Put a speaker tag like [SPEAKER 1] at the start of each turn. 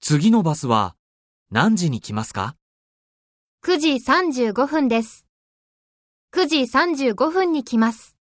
[SPEAKER 1] 次のバスは何時に来ますか
[SPEAKER 2] 9時35分です。9時35分に来ます。